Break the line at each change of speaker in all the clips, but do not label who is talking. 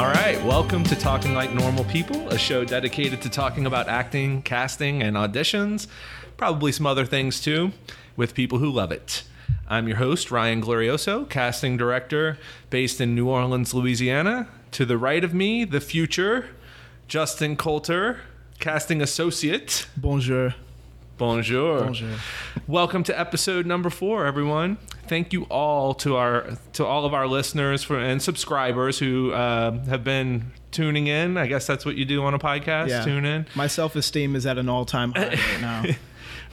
Welcome to Talking Like Normal People, a show dedicated to talking about acting, casting, and auditions, probably some other things too, with people who love it. I'm your host, Ryan Glorioso, casting director based in New Orleans, Louisiana. To the right of me, the future, Justin Coulter, casting associate.
Bonjour.
Bonjour.
Bonjour.
Welcome to episode number four, everyone. Thank you all to our to all of our listeners for, and subscribers who uh, have been tuning in. I guess that's what you do on a podcast. Tune in.
My self esteem is at an all time high right now.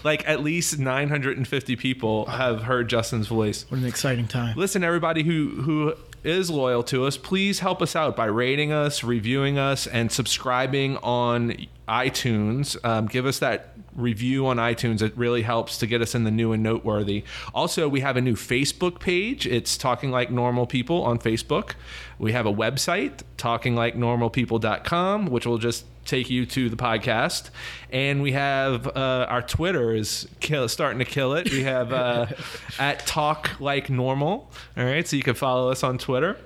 Like at least 950 people have heard Justin's voice.
What an exciting time.
Listen, everybody who who is loyal to us, please help us out by rating us, reviewing us, and subscribing on iTunes. Um, give us that review on iTunes. It really helps to get us in the new and noteworthy. Also, we have a new Facebook page. It's Talking Like Normal People on Facebook. We have a website, talkinglikenormalpeople.com, which will just take you to the podcast. And we have uh, our Twitter is kill, starting to kill it. We have uh, at Talk Like Normal. All right, so you can follow us on Twitter.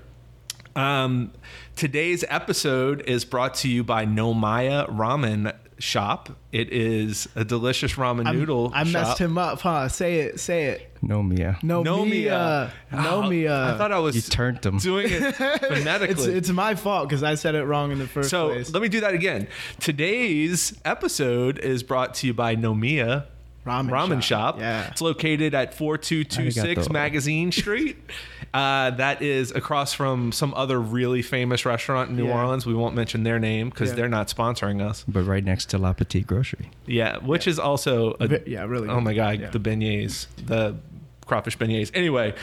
Um, today's episode is brought to you by Nomaya Ramen Shop. It is a delicious ramen noodle.
I messed
shop.
him up, huh? Say it. Say it.
No, Mia.
No, me. Uh,
Nomia.
no, me. Uh,
I thought I was
You turned him.
doing it phonetically.
it's, it's my fault because I said it wrong in the first
So
place.
let me do that again. Today's episode is brought to you by Nomia
Ramen
Shop.
Shop. Yeah.
It's located at 4226
Arigato.
Magazine Street. Uh, that is across from some other really famous restaurant in New
Yeah.
Orleans. We won't mention their name because
Yeah.
they're not sponsoring us.
But right next to La Petite Grocery.
Yeah, which is also a,
Ve- yeah, really
Oh
good.
my god,
Yeah.
the beignets, the crawfish beignets. Anyway,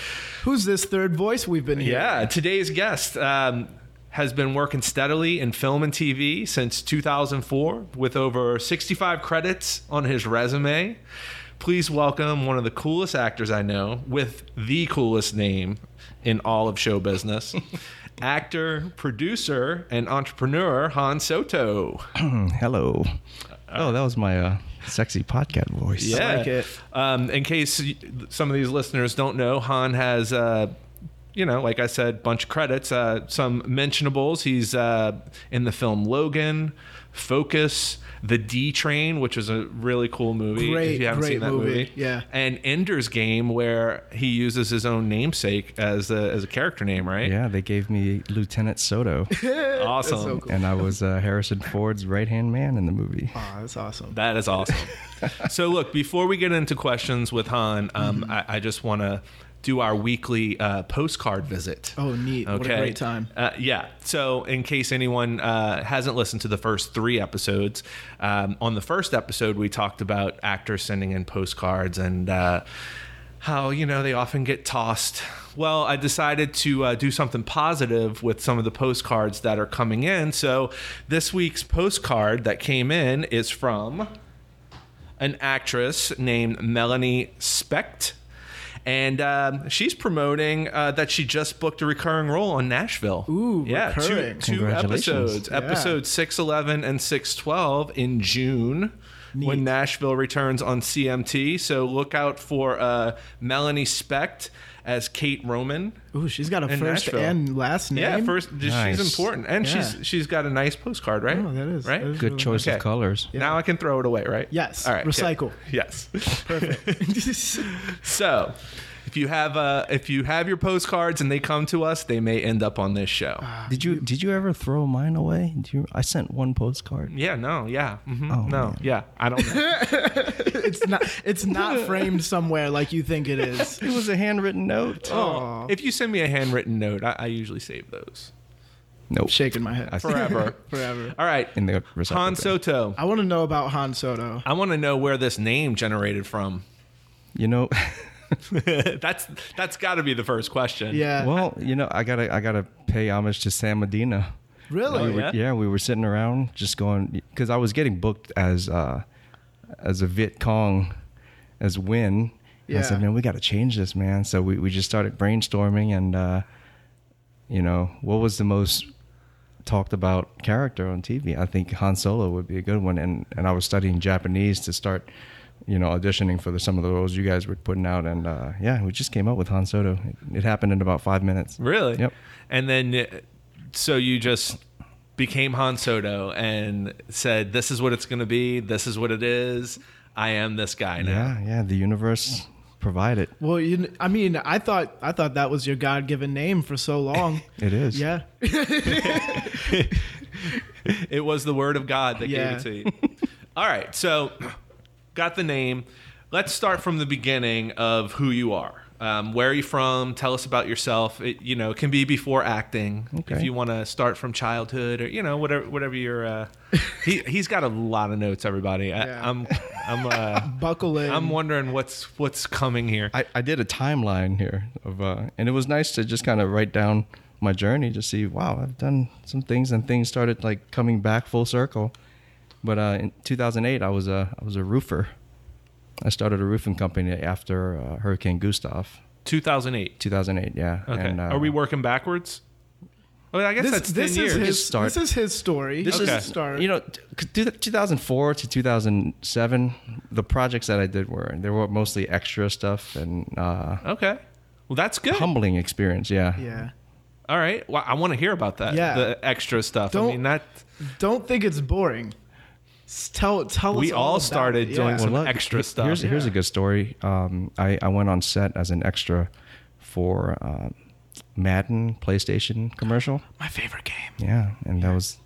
Who's this third voice we've been hearing?
Yeah, today's guest um, has been working steadily in film and TV since 2004 with over 65 credits on his resume. Please welcome one of the coolest actors I know with the coolest name in all of show business. Actor, producer, and entrepreneur Han Soto.
Hmm, hello. Oh, that was my uh, sexy podcast voice.
Yeah.
like it.
Um, in case y- some of these listeners don't know, Han has, uh, you know, like I said, bunch of credits, uh, some mentionables. He's uh, in the film Logan, Focus, The D Train, which is a really cool movie. if
Great,
you haven't
great
seen that movie.
movie. Yeah.
And Ender's Game, where he uses his own namesake as a, as a character name, right?
Yeah, they gave me Lieutenant Soto,
Awesome.
so cool.
and I was uh, Harrison Ford's right hand man in the movie.
Aw, that's awesome.
That is awesome. so, look, before we get into questions with Han, um,
Mm-hmm.
I, I just want to do our weekly uh, postcard visit.
Oh, neat. What a great time.
Uh, yeah. So, in case anyone uh, hasn't listened to the first three episodes, um, on the first episode, we talked about actors sending in postcards and uh, how, you know, they often get tossed. Well, I decided to uh, do something positive with some of the postcards that are coming in. So, this week's postcard that came in is from an actress named Melanie Specht. And um, she's promoting uh, that she just booked a recurring role on Nashville.
Ooh,
yeah, two-
recurring.
two,
Congratulations.
episodes,
Yeah.
episode six eleven and six twelve in June, when Nashville returns on CMT. So look out for uh, Melanie Specht as Kate Roman.
Ooh, she's got a
In
first
Nashville.
and last name.
Yeah, first
Nice.
she's important, and she's she's got a nice postcard, right?
Oh, that is-
right.
that is
Good choice
Okay.
of colors.
Now I can throw it away, right?
Yes.
All right. okay.
Recycle.
Yes.
Perfect.
So, if you have uh, if you have your postcards and they come to us, they may end up on this show.
Did you did you ever throw mine away? Do you, I sent one postcard.
Yeah, no, yeah, mhm,
Oh,
no,
man.
yeah. I don't. know.
it's not it's not framed somewhere like you think it is.
It was a handwritten note.
Oh,
if you send me a handwritten note, I, I usually save those
Nope.
shaking my head.
I-
forever.
Forever.
All right,
In the recycle
Han
bin.
Soto.
I want to know about Han Soto.
I want to know where this name generated from.
You know.
that's that's got to be the first question.
Yeah.
well, you know, I gotta I gotta pay homage to Sam Medina.
Really?
Oh,
We were-
yeah?
yeah? we were sitting around just going because I was getting booked as uh, as a Viet Cong, as Win. And I
Yeah.
said, man, we got to change this, man. So we, we just started brainstorming, and uh, you know, what was the most talked about character on TV? I think Han Solo would be a good one, and and I was studying Japanese to start. You know, auditioning for the, some of the roles you guys were putting out, and uh, yeah, we just came up with Han Soto. It, it happened in about five minutes.
Really?
Yep.
And then, uh, so you just became Han Soto and said, "This is what it's going to be. This is what it is. I am this guy now."
Yeah, yeah. The universe provided.
Well, you, kn- I mean, I thought I thought that was your God given name for so long.
It is.
yeah,
It was the word of God that
Yeah.
gave it to you. All right, so got the name. Let's start from the beginning of who you are. Um, where are you from? Tell us about yourself. It, you know, it can be before acting. If
Okay.
you want to start from childhood, or you know, whatever, whatever your. Uh, he he's got a lot of notes. Everybody, I,
Yeah.
I'm I'm uh,
buckle in.
I'm wondering what's what's coming here.
I, I did a timeline here of, uh, and it was nice to just kind of write down my journey to see, wow, I've done some things and things started like coming back full circle. But uh, in 2008, I was a I was a roofer. I started a roofing company after uh, Hurricane Gustav.
2008.
2008, yeah.
Okay,
And, uh,
are we working backwards? Well, I guess
this,
that's
this
10
is
years.
his
Start.
this is his story.
This
Okay.
is
start.
You know, t- t- 2004 to 2007, the projects that I did were they were mostly extra stuff and uh,
okay, well that's good.
humbling experience. Yeah.
yeah.
All right. Well, I want to hear about that.
Yeah.
The extra stuff. I
Don't-
mean, that
Don't think it's boring. S- Tell tell us.
we all,
about
started
it.
doing
Yeah.
some
look,
extra
he-
stuff.
Here's, here's a
Yeah.
good story. Um, I, I went on set as an extra for uh, Madden PlayStation commercial.
my favorite game.
Yeah, and that was.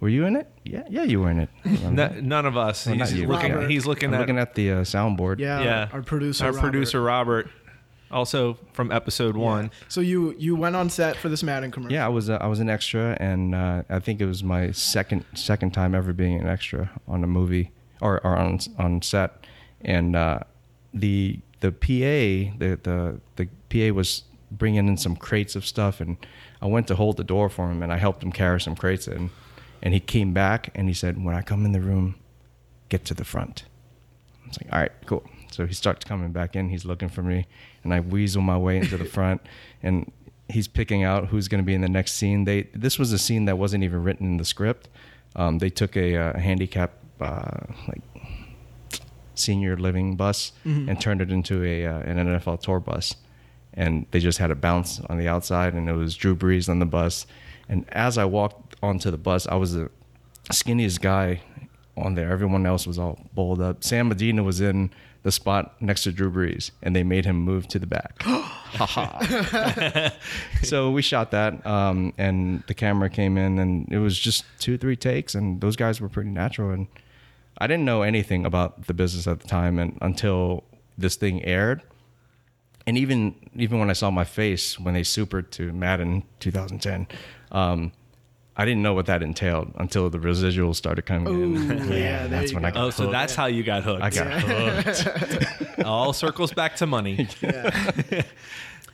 Were you in it? Yeah, yeah, you were in it. I'm
N- none of us.
Well, not
he's,
you.
looking,
Robert.
he's looking at,
looking at the uh, soundboard.
Yeah, our producer.
Our
Robert.
producer Robert, also from episode one.
So you you went on set for this Madden commercial.
Yeah, I was uh, I was an extra, and uh, I think it was my second second time ever being an extra on a movie or, or on on set, and uh, the the PA the the the PA was bringing in some crates of stuff, and I went to hold the door for him, and I helped him carry some crates in, and he came back and he said, "When I come in the room, get to the front." I was like, all right, cool. So he starts coming back in. He's looking for me, and I weasel my way into the front, and he's picking out who's going to be in the next scene. They this was a scene that wasn't even written in the script. Um, they took a, uh handicap uh, like senior living bus and turned it into a uh, an NFL tour bus, and they just had a bounce on the outside, and it was Drew Brees on the bus. And as I walked onto the bus, I was the skinniest guy on there. Everyone else was all bowled up. Sam Medina was in the spot next to Drew Brees, and they made him move to the back. so we shot that, um, and the camera came in, and it was just two, three takes, and those guys were pretty natural. And I didn't know anything about the business at the time, and until this thing aired, and even even when I saw my face when they supered to Madden 2010, um, I didn't know what that entailed until the residuals started coming
Ooh,
in.
yeah, there
that's
you
when I
go.
got
Oh, so
hooked.
that's how you got hooked.
I got
All circles back to money.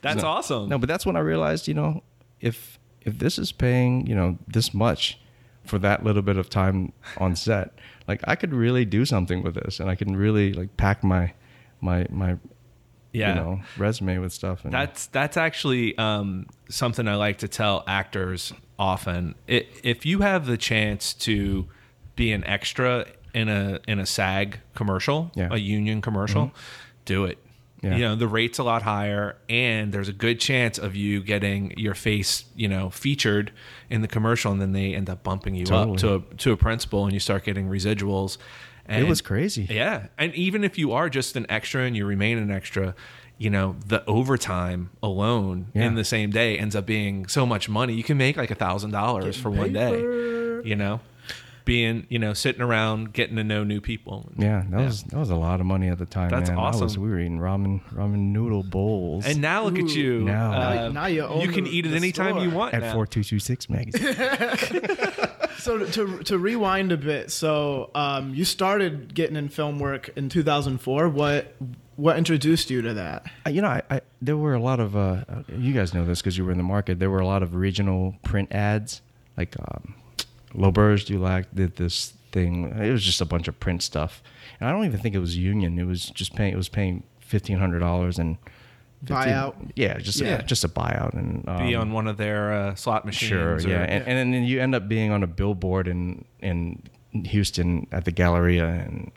Yeah.
That's awesome.
No, but that's when I realized, you know, if if this is paying, you know, this much for that little bit of time on set, like I could really do something with this, and I can really like pack my my my
Yeah.
you know resume with stuff. And
That's that's actually um, something I like to tell actors often. I if you have the chance to be an extra in a in a SAG commercial,
Yeah. Mm-hmm.
a union commercial, do it.
Yeah.
You know the rate's a lot higher, and there's a good chance of you getting your face, you know, featured in the commercial, and then they end up bumping you up
Totally.
to a, to a principal, and you start getting residuals. And
was crazy.
yeah. And even if you are just an extra and you remain an extra, you know, the overtime alone
Yeah.
in the same day ends up being so much money. You can make like a thousand dollars for one day. You know? Being, you know, sitting around getting to know new people.
yeah, that was that was a lot of money at the time.
That's
man. I was-
awesome.
we were eating ramen ramen noodle bowls
And now look at you.
Now-
uh,
Now you own
can
the-
eat it
the
anytime
store.
you want.
at
now.
four two two six magazine.
so to to rewind a bit, so um, you started getting in film work in 2004. What what introduced you to that?
Uh, you know, I, I there were a lot of uh, uh, you guys know this because you were in the market. There were a lot of regional print ads, like um, L'Auberge du Lac did this thing. It was just a bunch of print stuff, and I don't even think it was union. It was just paying. It was paying fifteen hundred dollars and 15
Buyout?
Yeah, just
Yeah.
A, just a buyout and um,
Be on one of their uh, slot machines.
Sure,
or-
yeah, and, and then you end up being on a billboard in in Houston at the Galleria and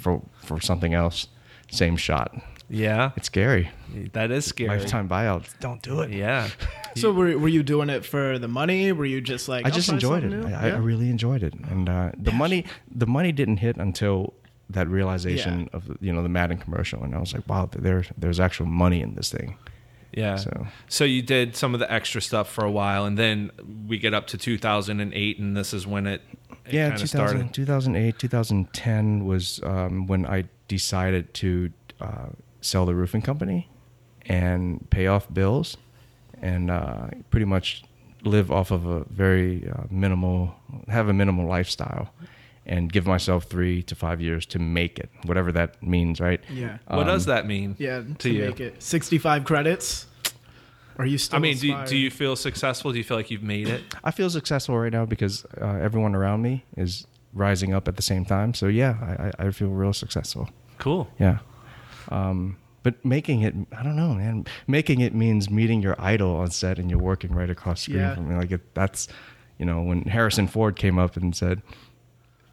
for for something else, same shot.
Yeah,
It's scary.
that is scary.
Lifetime buyouts. Don't do it.
Yeah.
So were, were you doing it for the money? Were you just like
I just
"I'll try
enjoyed it.
something new"?
I, I
Yeah.
really enjoyed it, and uh, the money the money didn't hit until that realization
Yeah.
of the, you know the Madden commercial, and I was like, wow, there there's actual money in this thing.
Yeah. So.
So-
you did some of the extra stuff for a while, and then we get up to 2008, and this is when it, it
yeah,
kind
2000,
of started.
2008, 2010 was um, when I decided to uh, sell the roofing company and pay off bills and uh, pretty much live off of a very uh, minimal, have a minimal lifestyle and give myself three to five years to make it, whatever that means, right?
Yeah.
What does
Um,
that mean?
Yeah,
to,
to,
you.
make it 65 credits. Are you still
I mean, do, do
inspired?
you feel successful? Do you feel like you've made it?
I feel successful right now because uh, everyone around me is rising up at the same time. So, yeah, I, I I feel real successful.
Cool.
Yeah. Um, but making it, I don't know, man. Making it means meeting your idol on set and you're working right across the screen
Yeah.
from me. Like, it, that's, you know, when Harrison Ford came up and said,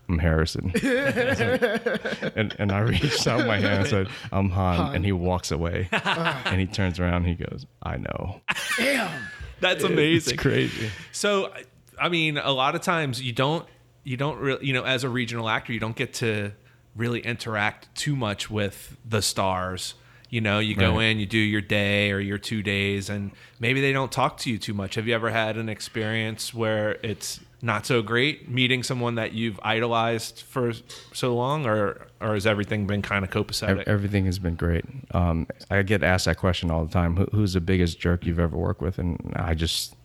I'm Harrison. It's like- and, and I reached out my hand and said, I'm Han.
Han.
And he walks away. and he turns around and he goes, I know.
Damn.
That's amazing.
It's crazy.
So, I- I mean, a lot of times you don't, you don't really, you know, as a regional actor, you don't get to really interact too much with the stars. You know, you go
Right.
in, you do your day or your two days, and maybe they don't talk to you too much. Have you ever had an experience where it's not so great meeting someone that you've idolized for so long, or or has everything been kind of copacetic?
Ev- Everything has been great. Um, I get asked that question all the time. Who, who's the biggest jerk you've ever worked with? And I just,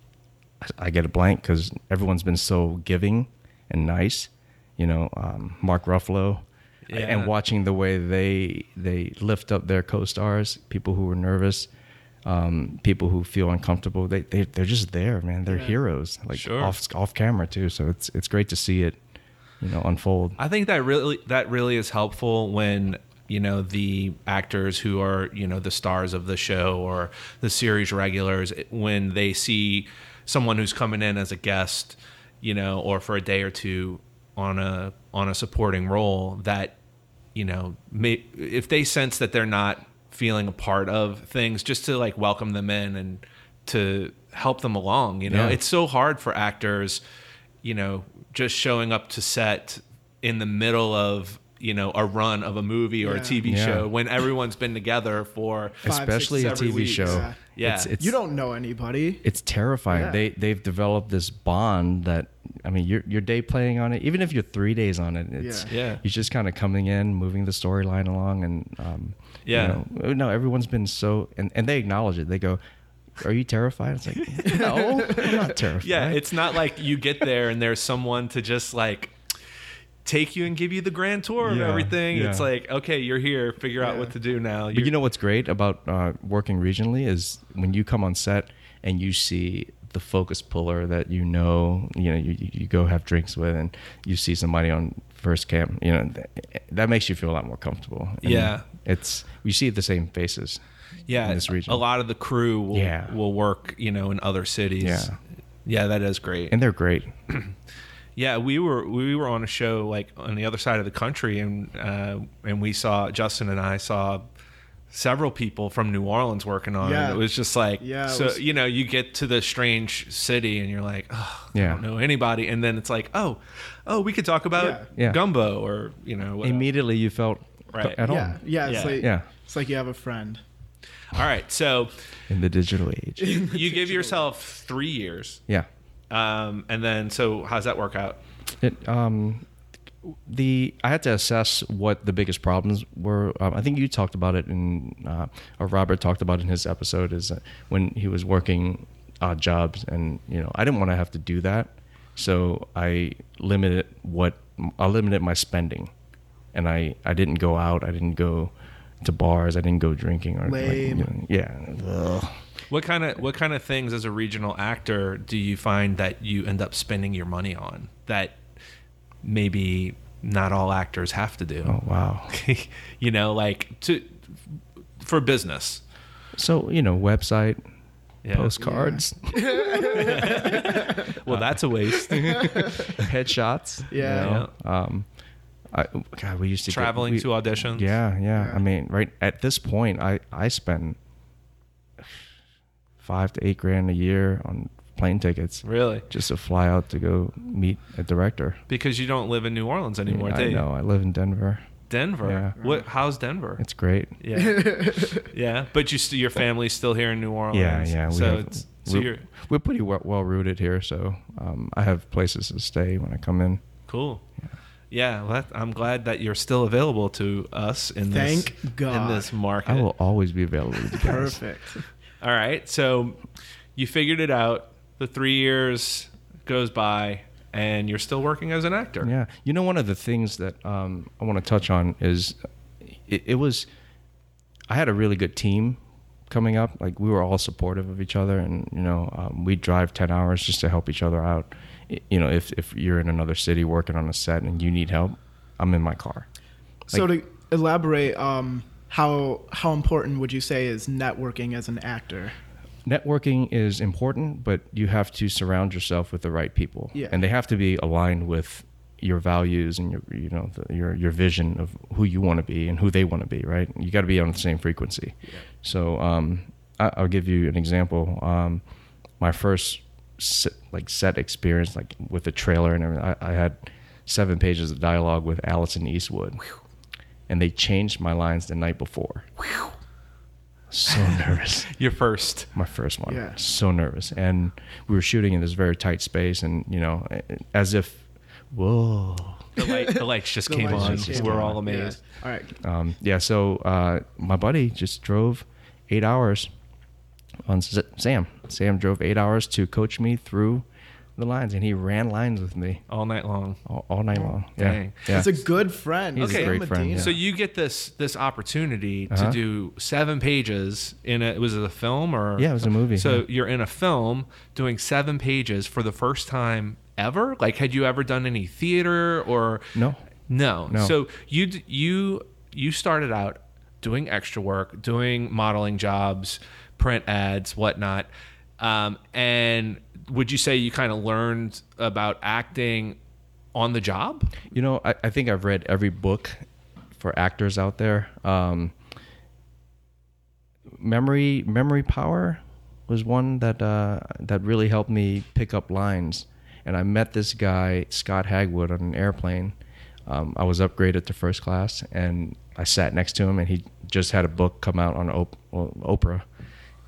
I get a blank because everyone's been so giving and nice. You know, um, Mark Ruffalo,
Yeah.
and watching the way they they lift up their co-stars, people who are nervous, um, people who feel uncomfortable. They they they're just there, man. They're heroes, like
Sure.
off off camera too. So it's it's great to see it, you know, unfold.
I think that really that really is helpful when you know the actors who are you know the stars of the show or the series regulars it- when they see someone who's coming in as a guest, you know, or for a day or two on a on a supporting role that you know may, if they sense that they're not feeling a part of things just to like welcome them in and to help them along you know
Yeah.
it's so hard for actors you know, just showing up to set in the middle of, you know, a run of a movie or a
Yeah.
TV
Yeah.
show when everyone's been together for
Five, six,
Especially a
every
TV
week.
show.
Yeah.
Yeah.
It's- it's-
You don't know anybody.
it's terrifying.
Yeah.
They they've developed this bond that I mean, your your day playing on it, even if you're three days on it, it's
Yeah. Yeah.
you're just kind of coming in, moving the storyline along, and um, you
Yeah.
know, no, everyone's been so, and and they acknowledge it. They go, "Are you terrified?" It's like, no, I'm not terrified.
yeah, it's not like you get there and there's someone to just like take you and give you the grand tour of
Yeah,
everything. It's
yeah.
like, okay, you're here, figure out
Yeah.
what to do now.
But you know what's great about uh, working regionally is when you come on set and you see the focus puller that you know, you know, you, you go have drinks with, and you see somebody on first cam, you know, th- that makes you feel a lot more comfortable. And
Yeah.
it's we see the same faces.
yeah,
in this region.
a lot of the crew will,
Yeah.
will work, you know, in other cities.
Yeah.
Yeah, that is great.
and they're great.
Yeah, we were we were on a show like on the other side of the country, and uh, and we saw Justin and I saw several people from New Orleans working on
Yeah.
it. It was just like,
Yeah, it
so
was-
you know, you get to the strange city and you're like, oh, I
Yeah.
don't know anybody, and then it's like, oh, oh, we could talk about
Yeah.
Yeah.
gumbo or you know, whatever.
Immediately, you felt
uh, Right.
at
Yeah.
home
Yeah. It's
Yeah.
like
Yeah.
it's like you have a friend.
all right. So
in the digital age.
you give yourself three years,
yeah,
um, and then so how's that work out?
It, um, the I had to assess what the biggest problems were. Um, I think you talked about it, in, uh, or Robert talked about in his episode, is that when he was working odd jobs, and you know, I didn't want to have to do that, so I limited what I limited my spending, and I I didn't go out, I didn't go to bars, I didn't go drinking or like,
Lame.
you know, yeah. Ugh.
What kind of what kind of things as a regional actor do you find that you end up spending your money on that maybe not all actors have to do?
Oh wow.
you know, like to for business.
So you know, website,
Yeah.
postcards,
Well, that's a waste.
headshots. you
Yeah.
know, Um, I, God, we used to get-
Traveling
we-
to auditions.
Yeah, yeah,
Yeah.
I mean, right at this point, I I spend five to eight grand a year on plane tickets
Really?
just to fly out to go meet a director.
Because you don't live in New Orleans anymore,
I
do you?
know. I live in Denver.
Denver.
Yeah.
What? How's Denver?
It's great.
Yeah, yeah. But you, st- your family's still here in New Orleans.
Yeah, yeah.
Oh, so
have-
it's so
we're,
you're
we're pretty well, well rooted here, so um, I have places to stay when I come in.
cool. Yeah, well, that, I'm glad that you're still available to us in
Thank
this
God.
in this market.
I will always be available to you guys.
Perfect.
All right, so you figured it out. The three years goes by, and you're still working as an actor.
Yeah, you know, one of the things that um, I want to touch on is it, it was I had a really good team coming up. Like we were all supportive of each other, and you know, um, we drive ten hours just to help each other out. Y- You know, if if you're in another city working on a set and you need help, I'm in my car.
so to elaborate, um, how how important would you say is networking as an actor?
networking is important, but you have to surround yourself with the right people,
Yeah.
and they have to be aligned with your values and your you know the, your your vision of who you want to be and who they want to be. Right, you got to be on the same frequency. So um, I, I'll give you an example. Um, my first set, like set experience, like with the trailer and everything, I, I had seven pages of dialogue with Allison Eastwood, and they changed my lines the night before. So nervous
You're first.
my first one.
Yeah.
So nervous, and we were shooting in this very tight space, and you know, as if, whoa.
The, light, the lights just
The
came
lights
on.
just came
we're
on.
all amazed.
Yeah. All right.
Um, yeah. So uh, my buddy just drove eight hours on S- Sam. Sam drove eight hours to coach me through the lines, and he ran lines with me
all night long.
all, all night long.
dang.
Yeah.
It's
yeah.
a good friend.
He's a
Okay.
great
Sam
friend,
Medina.
yeah.
So you get this this opportunity
Uh-huh.
to do seven pages in a was it a film or
Yeah, it was a movie,
So
yeah.
you're in a film doing seven pages for the first time ever. Like, had you ever done any theater or
No.
no?
No.
So you d- you you started out doing extra work, doing modeling jobs, print ads, whatnot, um, and would you say you kind of learned about acting on the job?
You know, I, I think I've read every book for actors out there. Um, memory memory power was one that uh, that really helped me pick up lines. And I met this guy Scott Hagwood on an airplane. Um, I was upgraded to first class, and I sat next to him, and he just had a book come out on Op- well, Oprah.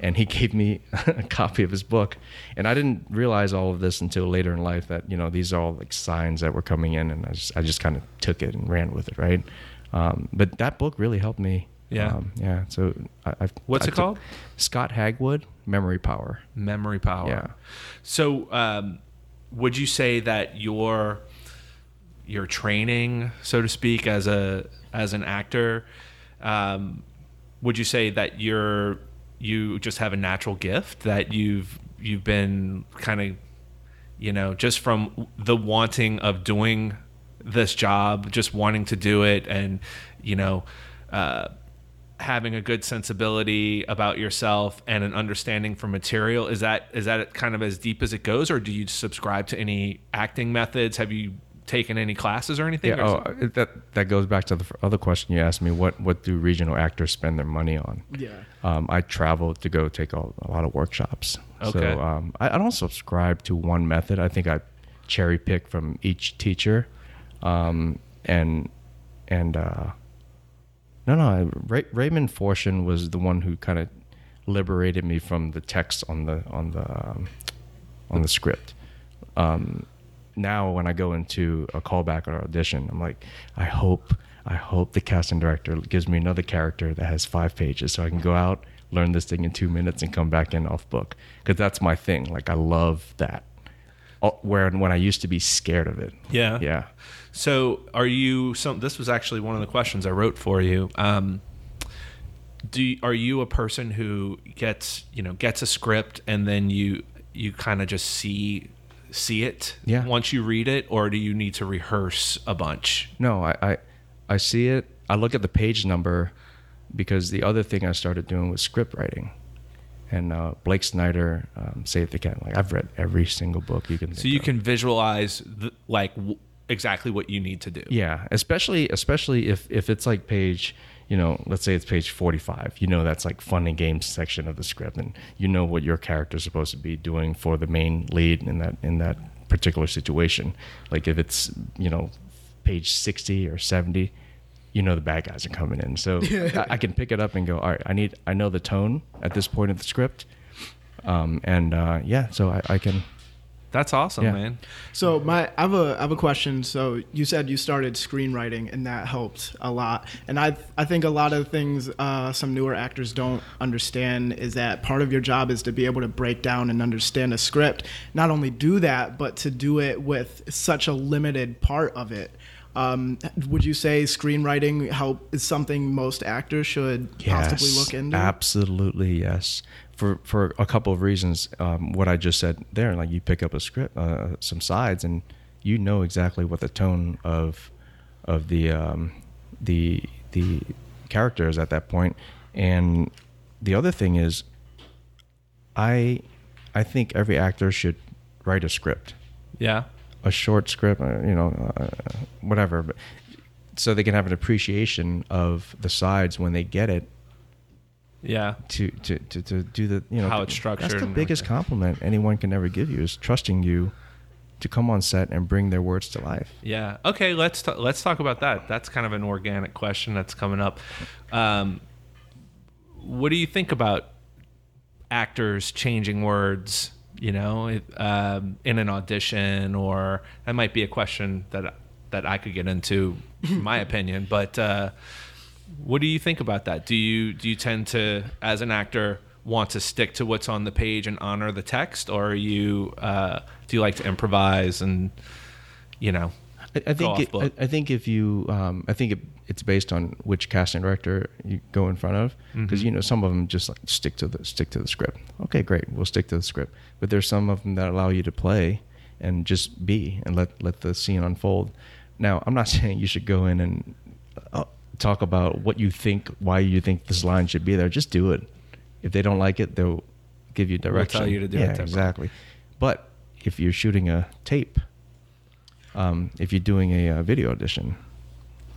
And he gave me a copy of his book, and I didn't realize all of this until later in life. That you know these are all like signs that were coming in, and I just I just kind of took it and ran with it, right? Um, but that book really helped me.
Yeah.
um, yeah. So I, I've
What's
I
it
took-
called?
Scott Hagwood, Memory Power.
memory power.
Yeah.
So, um, would you say that your your training, so to speak, as a as an actor, um, would you say that you're you just have a natural gift that you've you've been kind of you know just from the wanting of doing this job, just wanting to do it, and you know. Uh, having a good sensibility about yourself and an understanding for material is that is that kind of as deep as it goes or do you subscribe to any acting methods have you taken any classes or anything
Yeah.
Or-
Oh, it- that that goes back to the f- other question you asked me. What what do regional actors spend their money on?
Yeah.
Um, I traveled to go take a, a lot of workshops.
Okay.
So um, I, I don't subscribe to one method. I think I cherry pick from each teacher, um, and and uh, no, no. I, Ray, Raymond Fortune was the one who kind of liberated me from the text on the on the um, on the script. Um, now, when I go into a callback or audition, I'm like, I hope, I hope the casting director gives me another character that has five pages, so I can go out, learn this thing in two minutes, and come back in off book. Because that's my thing. Like I love that. Oh, Where when I used to be scared of it.
Yeah.
Yeah.
so are you some this was actually one of the questions i wrote for you um do you- are you a person who gets you know gets a script and then you you kind of just see see it
Yeah.
once you read it or do you need to rehearse a bunch
No, I, I I see it. I look at the page number because the other thing I started doing was script writing. And uh, Blake Snyder, um, Save the Cat. Like I've read every single book you can.
So
think
you
of.
can visualize the, like w- exactly what you need to do.
Yeah, especially especially if if it's like page, you know, let's say it's page forty five. You know, that's like fun and games section of the script, and you know what your character's supposed to be doing for the main lead in that in that particular situation. Like if it's you know page sixty or seventy, you know the bad guys are coming in, so I, I can pick it up and go, all right, I need I know the tone at this point of the script, um, and uh, yeah, so I, I can
That's awesome,
Yeah.
man.
So my, I have a, I have a question. So you said you started screenwriting, and that helped a lot. And I, I think a lot of things uh, some newer actors don't understand is that part of your job is to be able to break down and understand a script. Not only do that, but to do it with such a limited part of it. Um, would you say screenwriting help is something most actors should possibly look into?
Absolutely, yes. For for a couple of reasons, um, what I just said there, like you pick up a script, uh, some sides, and you know exactly what the tone of of the um, the the character is at that point. And the other thing is, I I think every actor should write a script
Yeah.
a short script, uh, you know, uh, whatever, but so they can have an appreciation of the sides when they get it
Yeah.
to to to, to do the you know
How it's structured
That's the
and
biggest
everything.
compliment anyone can ever give you is trusting you to come on set and bring their words to life.
Yeah. Okay. Let's t- let's talk about that. That's kind of an organic question that's coming up. Um, what do you think about actors changing words? You know, if, um, in an audition, or that might be a question that that I could get into, in my opinion. But uh, what do you think about that? Do you do you tend to, as an actor, want to stick to what's on the page and honor the text, or are you uh, do you like to improvise and you know
I, I think
off
it, I,
book.
I think if you um, I think it, it's based on which casting director you go in front of because you know some of them just like stick to the stick to the script. Okay, great, we'll stick to the script. But there's some of them that allow you to play and just be and let let the scene unfold. Now I'm not saying you should go in and uh, talk about what you think, why you think this line should be there. Just do it. If they don't like it, they'll give you direction.
you to do it
yeah,
differently.
exactly. But if you're shooting a tape um, if you're doing a uh, video audition,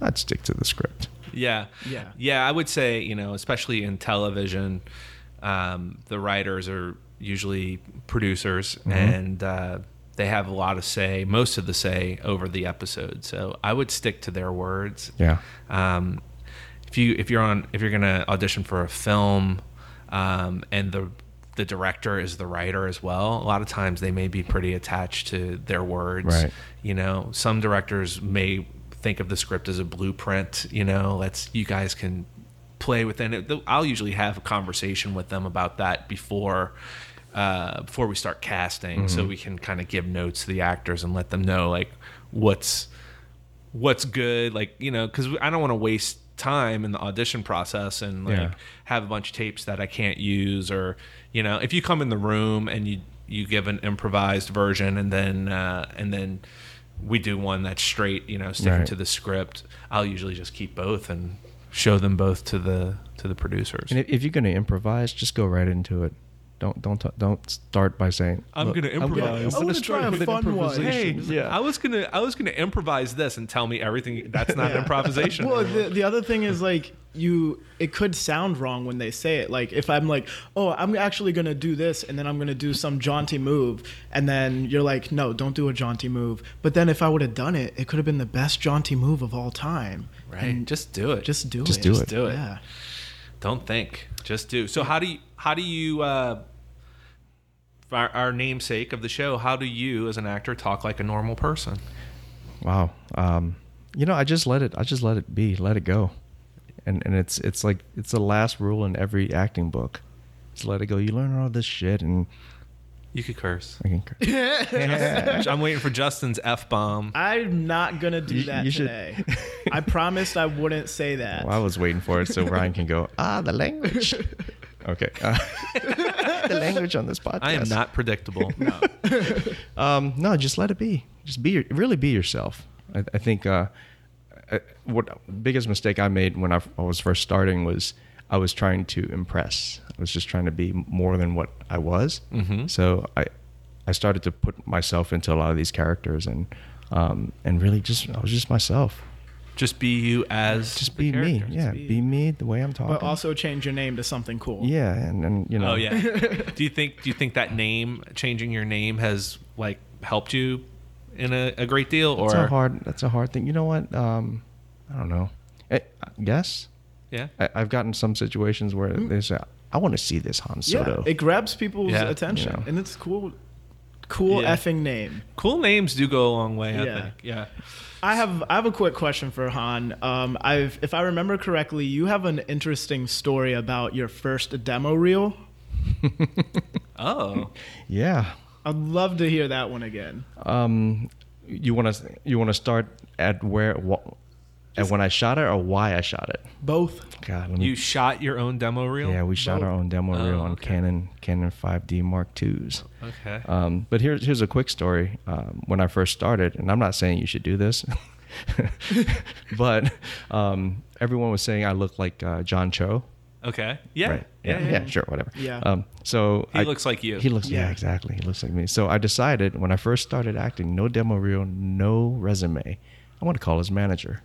I'd stick to the script.
Yeah.
Yeah.
Yeah. I would say, you know, especially in television, um, the writers are usually producers
Mm-hmm.
and uh, they have a lot of say, most of the say over the episode. So I would stick to their words.
Yeah.
Um, if you if you're on if you're gonna audition for a film, um, and the the director is the writer as well. A lot of times they may be pretty attached to their words.
Right.
You know, some directors may think of the script as a blueprint. You know, let's you guys can play within it. Though I'll usually have a conversation with them about that before. Uh, before we start casting, so we can kind of give notes to the actors and let them know like what's what's good like you know because i don't want to waste time in the audition process and like
Yeah.
have a bunch of tapes that i can't use or you know if you come in the room and you you give an improvised version and then uh and then we do one that's straight you know sticking
Right.
to the script i'll usually just keep both and show them both to the to the producers
And if, if you're going to improvise, just go right into it. Don't don't t- don't start by saying
I'm
"Look,
gonna improvise." I
wanna
start
try a
with an
fun one.
Hey,
improvisation." yeah.
I was gonna I was gonna improvise this and tell me everything. That's not
Yeah.
improvisation.
Well, the, the other thing is like you, it could sound wrong when they say it. Like if I'm like, oh, I'm actually gonna do this, and then I'm gonna do some jaunty move, and then you're like, no, don't do a jaunty move. But then if I would have done it, it could have been the best jaunty move of all time.
right?
And
Just do it.
just do
Just
it.
do it.
do it.
Yeah.
Don't think, just do. So how do you how do you uh, for our, our namesake of the show? How do you, as an actor, talk like a normal person?
wow. Um, you know, I just let it. I just let it be. Let it go. And and it's it's like it's the last rule in every acting book. Just let it go. You learn all this shit, and
You could curse.
I can curse.
I'm waiting for Justin's f bomb.
I'm not gonna do
You-
that
you should-
today. I promised I wouldn't say that.
Well, I was waiting for it so Ryan can go ah the language. Okay, uh, the language on this podcast.
I am not predictable.
Um, no, just let it be. Just be your, really be yourself. I, I think uh, uh, what biggest mistake I made when I, I was first starting was I was trying to impress. I was just trying to be more than what Mm-hmm. I was. So I I started to put myself into a lot of these characters, and um, and really just I was just myself.
Just be you as
Just
the
be me.
character.
Yeah,
be
be me the way I'm talking.
But also change your name to something cool.
yeah, and, and you know,
Oh yeah. do you think do you think that name changing your name has like helped you in a, a great deal or
That's a hard. That's a hard thing. You know what? Um, I don't know. I, I guess
yeah?
I, I've gotten some situations where
Hmm.
they say, "I want to see this Han
Yeah,
Soto."
it grabs people's
Yeah.
attention,
Yeah.
and it's cool. Cool
Yeah.
effing name.
Cool names do go a long way, I
Yeah.
think. Yeah.
I have I have a quick question for Han. Um, I've if I remember correctly, you have an interesting story about your first demo reel.
Oh.
Mm-hmm. yeah.
I'd love to hear that one again.
Um, you want to you want to start at where wh- at when I shot it or why I shot it?
Both.
God, let me
You shot your own demo reel?
Yeah, we shot our own demo
Oh,
reel on
okay. Oh,
Canon Canon 5D Mark IIs.
Okay.
Um, but here's here's a quick story. Um, when I first started, and I'm not saying you should do this, but um, everyone was saying I looked like uh, John Cho.
Okay. Yeah.
Right?
Yeah.
Yeah, yeah, sure, whatever.
Yeah.
Um, so
He
I-
looks like you.
He looks. Yeah.
Yeah.
exactly. He looks like me. So I decided when I first started acting, no demo reel, no resume. I want to call his manager.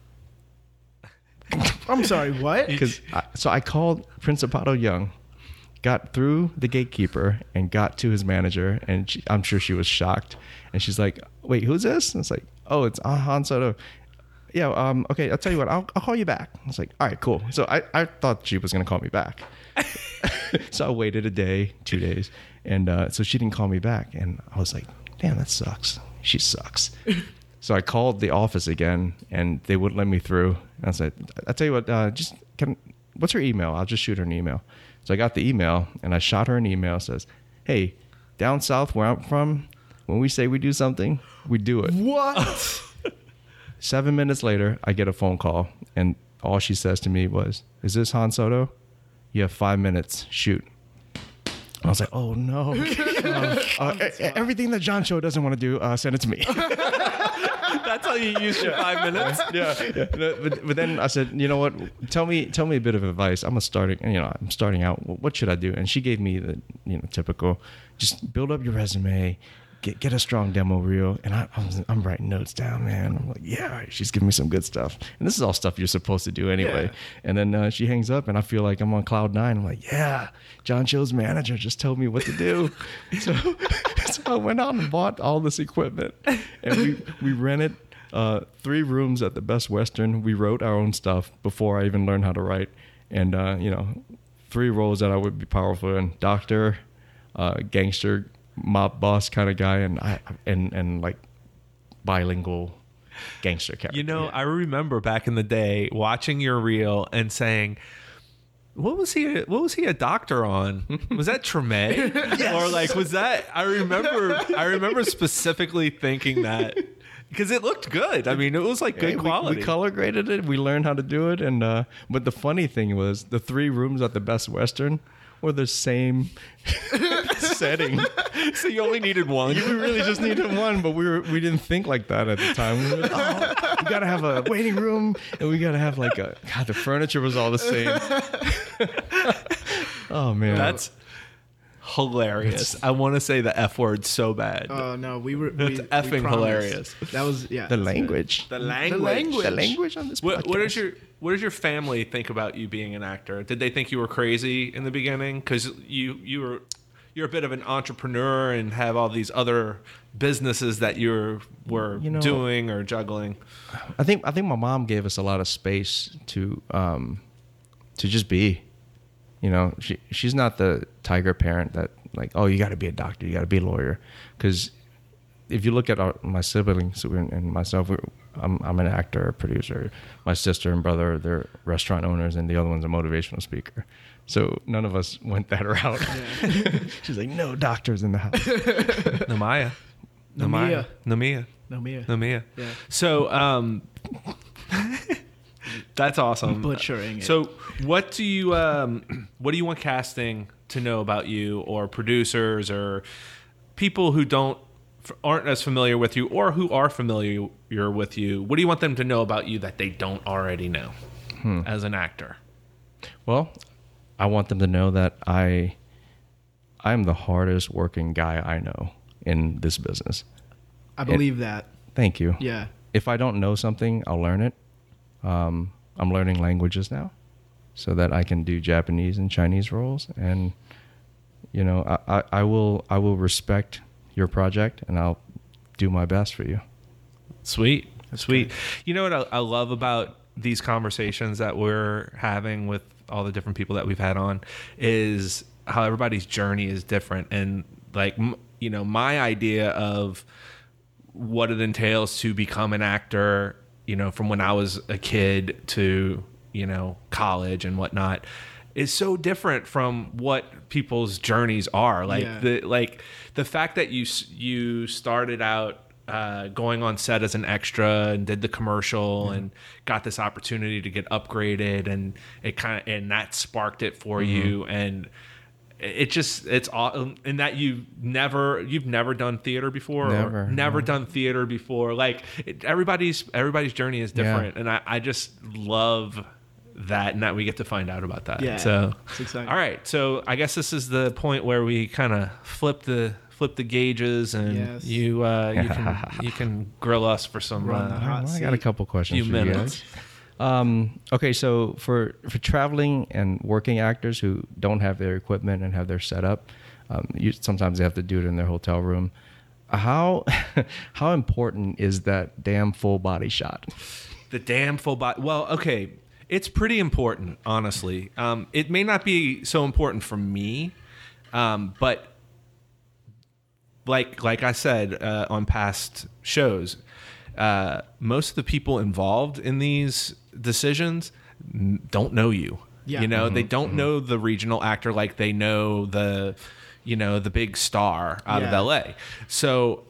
I'm sorry. What?
because so I called Principato Young, got through the gatekeeper and got to his manager, and she, I'm sure she was shocked, and she's like, "Wait, who's this?" And it's like, "Oh, it's uh, Han Soto." Yeah. Um. Okay. I'll tell you what. I'll, I'll call you back. I was like, "All right, cool." So I I thought she was gonna call me back. so I waited a day, two days, and uh, so she didn't call me back, and I was like, "Damn, that sucks. She sucks." so I called the office again, and they wouldn't let me through. And I said, "I tell you what, uh, just can what's her email? I'll just shoot her an email." So I got the email, and I shot her an email. Says, "Hey, down south where I'm from, when we say we do something, we do it."
what?
Seven minutes later, I get a phone call, and all she says to me was, "Is this Han Soto? You have five minutes. Shoot." I was like, "Oh no!" Um, uh, e- e- everything that John Cho doesn't want to do, uh, send it to me.
That's how you use your five minutes.
yeah, yeah. No, But, but then I said, you know what? Tell me, tell me a bit of advice. I'm a starting, you know, I'm starting out. Wh- What should I do? And she gave me the, you know, typical, just build up your resume, get get a strong demo reel. And I, I was, I'm writing notes down, man. I'm like, yeah, all right. she's giving me some good stuff. And this is all stuff you're supposed to do anyway. And then uh, she hangs up, and I feel like I'm on cloud nine. I'm like, yeah, John Cho's manager just told me what to do. so, so I went out and bought all this equipment, and we we rented uh, three rooms at the Best Western. We wrote our own stuff before I even learned how to write, and uh, you know, three roles that I would be powerful in: doctor, uh, gangster, mob boss kind of guy, and I and and like bilingual gangster character.
You know, I remember back in the day watching your reel and saying, "What was he? What was he a doctor on? Was that Treme? Or like was that? I remember. I remember specifically thinking that because it looked good. I mean, it was like good
Hey, we-
quality.
We, color graded it. We learned how to do it, and uh, but the funny thing was the three rooms at the Best Western were the same setting.
so you only needed one.
We really just needed one, but we were we didn't think like that at the time. We were like, oh, we gotta have a waiting room, and we gotta have like a God. The furniture was all the same. oh man,
That's hilarious. I want to say the f word so bad.
Oh no, we were. We, we
effing
promised.
hilarious.
That was yeah.
the language.
the
The
language.
language.
The language on this.
What, what
podcast.
does your What does your family think about you being an actor? Did they think you were crazy in the beginning? Because you you were you're a bit of an entrepreneur and have all these other businesses that you were
You know-
doing or juggling.
I think I think my mom gave us a lot of space to um, to just be. You know, she she's not the tiger parent that like, oh, you got to be a doctor, you got to be a lawyer, because if you look at our, my siblings and and myself, we're, I'm I'm an actor, a producer. My sister and brother, they're restaurant owners, and the other one's a motivational speaker. So none of us went that route. she's like, no doctors in the house.
Namaya, Namaya,
Namia.
Namia,
No Mia.
Namia.
Yeah.
So um, that's awesome.
Butchering it.
So, what do you um, what do you want casting to know about you, or producers, or people who don't aren't as familiar with you, or who are familiar with you? What do you want them to know about you that they don't already know as an actor?
Well, I want them to know that I I'm the hardest working guy I know in this business.
I believe that.
Thank you.
Yeah.
If I don't know something, I'll learn it. Um, I'm learning languages now, so that I can do Japanese and Chinese roles, and you know, I, I, I will I will respect your project, and I'll do my best for you.
Sweet. Sweet. You know what I, I love about these conversations that we're having with all the different people that we've had on is how everybody's journey is different. And like, m- you know, my idea of what it entails to become an actor, you know, from when I was a kid to, you know, college and whatnot is so different from what people's journeys are. Like
Yeah.
the, the- like the fact that you s- you started out uh, going on set as an extra and did the commercial and got this opportunity to get upgraded and it kind of and that sparked it for
Mm-hmm.
you and it just it's all and that you never you've never done theater before or
Never,
never done theater before like it, everybody's everybody's journey is
Yeah.
different and I, I just love that and that we get to find out about that
Yeah,
so
it's exciting.
all right so i guess this is the point where we kind of flip the flip the gauges and
Yes.
you uh you can you can grill us for some
Run the
uh,
hot
Well, I
seat.
got a couple questions
few
for you guys.
minutes
Um, okay, so for for traveling and working actors who don't have their equipment and have their setup, um, you, sometimes they have to do it in their hotel room. How how important is that damn full body shot?
the damn full body well okay it's pretty important honestly um it may not be so important for me um but like like I said uh, on past shows, uh, most of the people involved in these decisions n- don't know you.
Yeah.
You know, they don't know the regional actor like they know the, you know, the big star out
Yeah.
of LA. So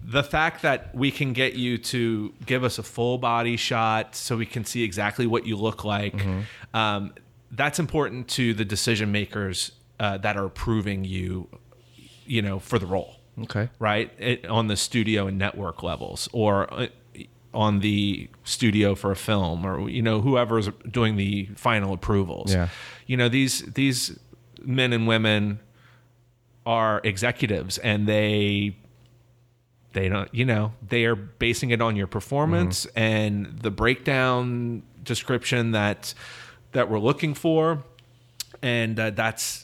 the fact that we can get you to give us a full body shot so we can see exactly what you look like, um, that's important to the decision makers uh, that are approving you, you know, for the role
Okay,
right? It, on the studio and network levels, or uh, on the studio for a film, or you know whoever's doing the final approvals.
Yeah.
you know these these men and women are executives, and they they don't you know they are basing it on your performance
Mm-hmm.
and the breakdown description that that we're looking for, and uh, that's.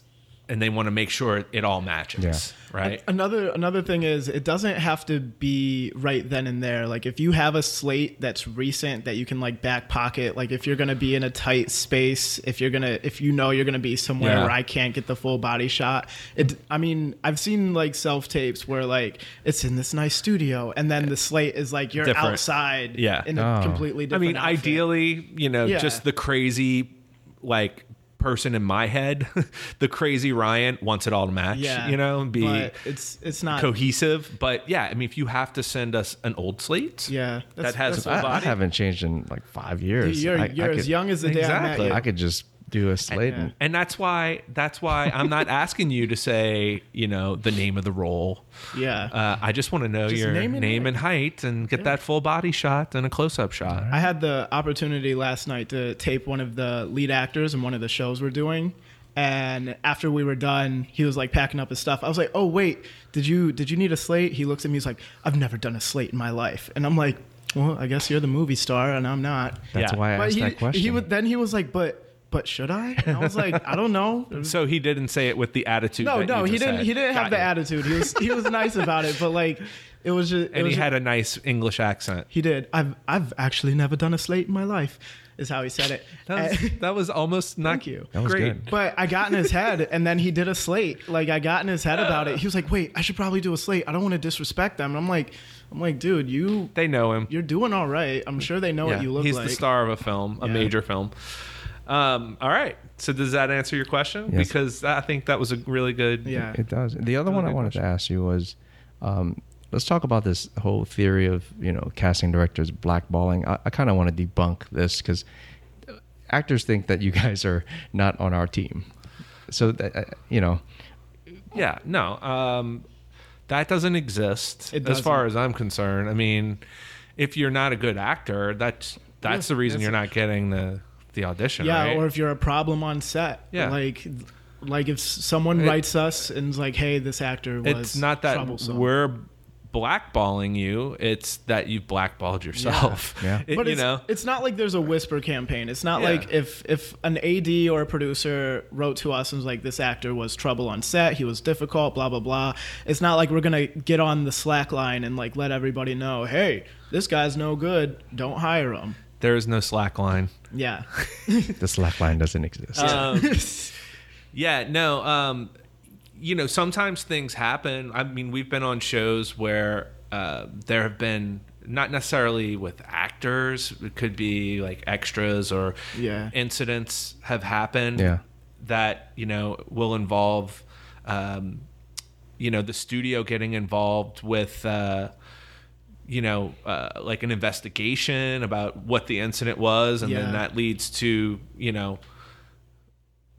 And they want to make sure it all matches,
Yeah.
right?
Another another thing is it doesn't have to be right then and there. Like if you have a slate that's recent that you can like back pocket, like if you're gonna be in a tight space, if you're gonna if you know you're gonna be somewhere
Yeah.
where I can't get the full body shot. It I mean, I've seen like self tapes where like it's in this nice studio and then the slate is like you're
Different.
outside
Yeah.
in a
Oh.
completely
I
different
mean,
outfit.
ideally, you know,
Yeah.
just the crazy, like person in my head, the crazy Ryan wants it all to match,
yeah,
you know, and be
but it's it's not
cohesive. But yeah, I mean, if you have to send us an old slate,
yeah that's-
that has
that's
a
I,
full
I
body.
haven't changed in like five years.
You're,
I,
you're
I
as
could,
young as the day
Exactly.
I met
I
you.
could just do a slate. And,
and that's why that's why I'm not asking you to say you know the name of the role.
Yeah.
Uh, I just want to know your
name
name,
and
and height
height.
and get that full body shot and a close up shot.
I had the opportunity last night to tape one of the lead actors in one of the shows we're doing. And after we were done, he was like packing up his stuff. I was like, "Oh wait, did you did you need a slate?" He looks at me. He's like, "I've never done a slate in my life." And I'm like, "Well, I guess you're the movie star, and I'm not."
That's
Yeah.
why I
but
asked
he
that question.
he was, then he was like, "But but should I?" And I was like, "I don't know."
So he didn't say it with the attitude.
No,
that you
no, he
just
didn't.
had.
He didn't have
Got
the
you.
attitude. He was he was nice about it, but like it was just. it
And
was
he
ju-
had a nice English accent.
He did. I've I've actually never done a slate in my life, is how he said it.
That was,
And-
that was almost not
Thank you.
That was
great.
good.
but I got in his head, and then he did a slate. Like I got in his head about it. He was like, "Wait, I should probably do a slate. I don't want to disrespect them." And I'm like, I'm like, dude, you
They know him.
you're doing all right. I'm sure they know
Yeah.
what you look
He's
like.
the star of a film, a
Yeah.
major film. Um, all right. So does that answer your question?
Yes.
Because I think that was a really good.
Yeah.
It does. The other one I
good
wanted to ask you was, um, let's talk about this whole theory of you know casting directors blackballing. I, I kind of want to debunk this because actors think that you guys are not on our team. So that, uh, you know,
Yeah. No. Um, that doesn't exist
It
as far
doesn't.
as I'm concerned. I mean, if you're not a good actor, that's that's
Yeah,
the reason
that's-
you're not getting the the audition.
Yeah,
right?
or if you're a problem on set.
Yeah.
Like like if someone
It-
writes us and is like, "Hey, this actor was
it's not that
troublesome."
we're blackballing you, it's that you've blackballed yourself.
Yeah.
It-
but
you
it's,
know,
it's not like there's a whisper campaign. It's not
Yeah.
like if if an AD or a producer wrote to us and was like, "This actor was trouble on set. He was difficult. Blah blah blah." It's not like we're gonna get on the slack line and like let everybody know, "Hey, this guy's no good. Don't hire him."
there is no slack line.
Yeah.
the slack line doesn't exist.
Uh,
Um, yeah, no. Um, you know, sometimes things happen. I mean, we've been on shows where uh, there have been not necessarily with actors. It could be like extras or
Yeah.
incidents have happened
Yeah.
that you know will involve um, you know the studio getting involved with. Uh, you know, uh, like an investigation about what the incident was, and then
Yeah.
that leads to you know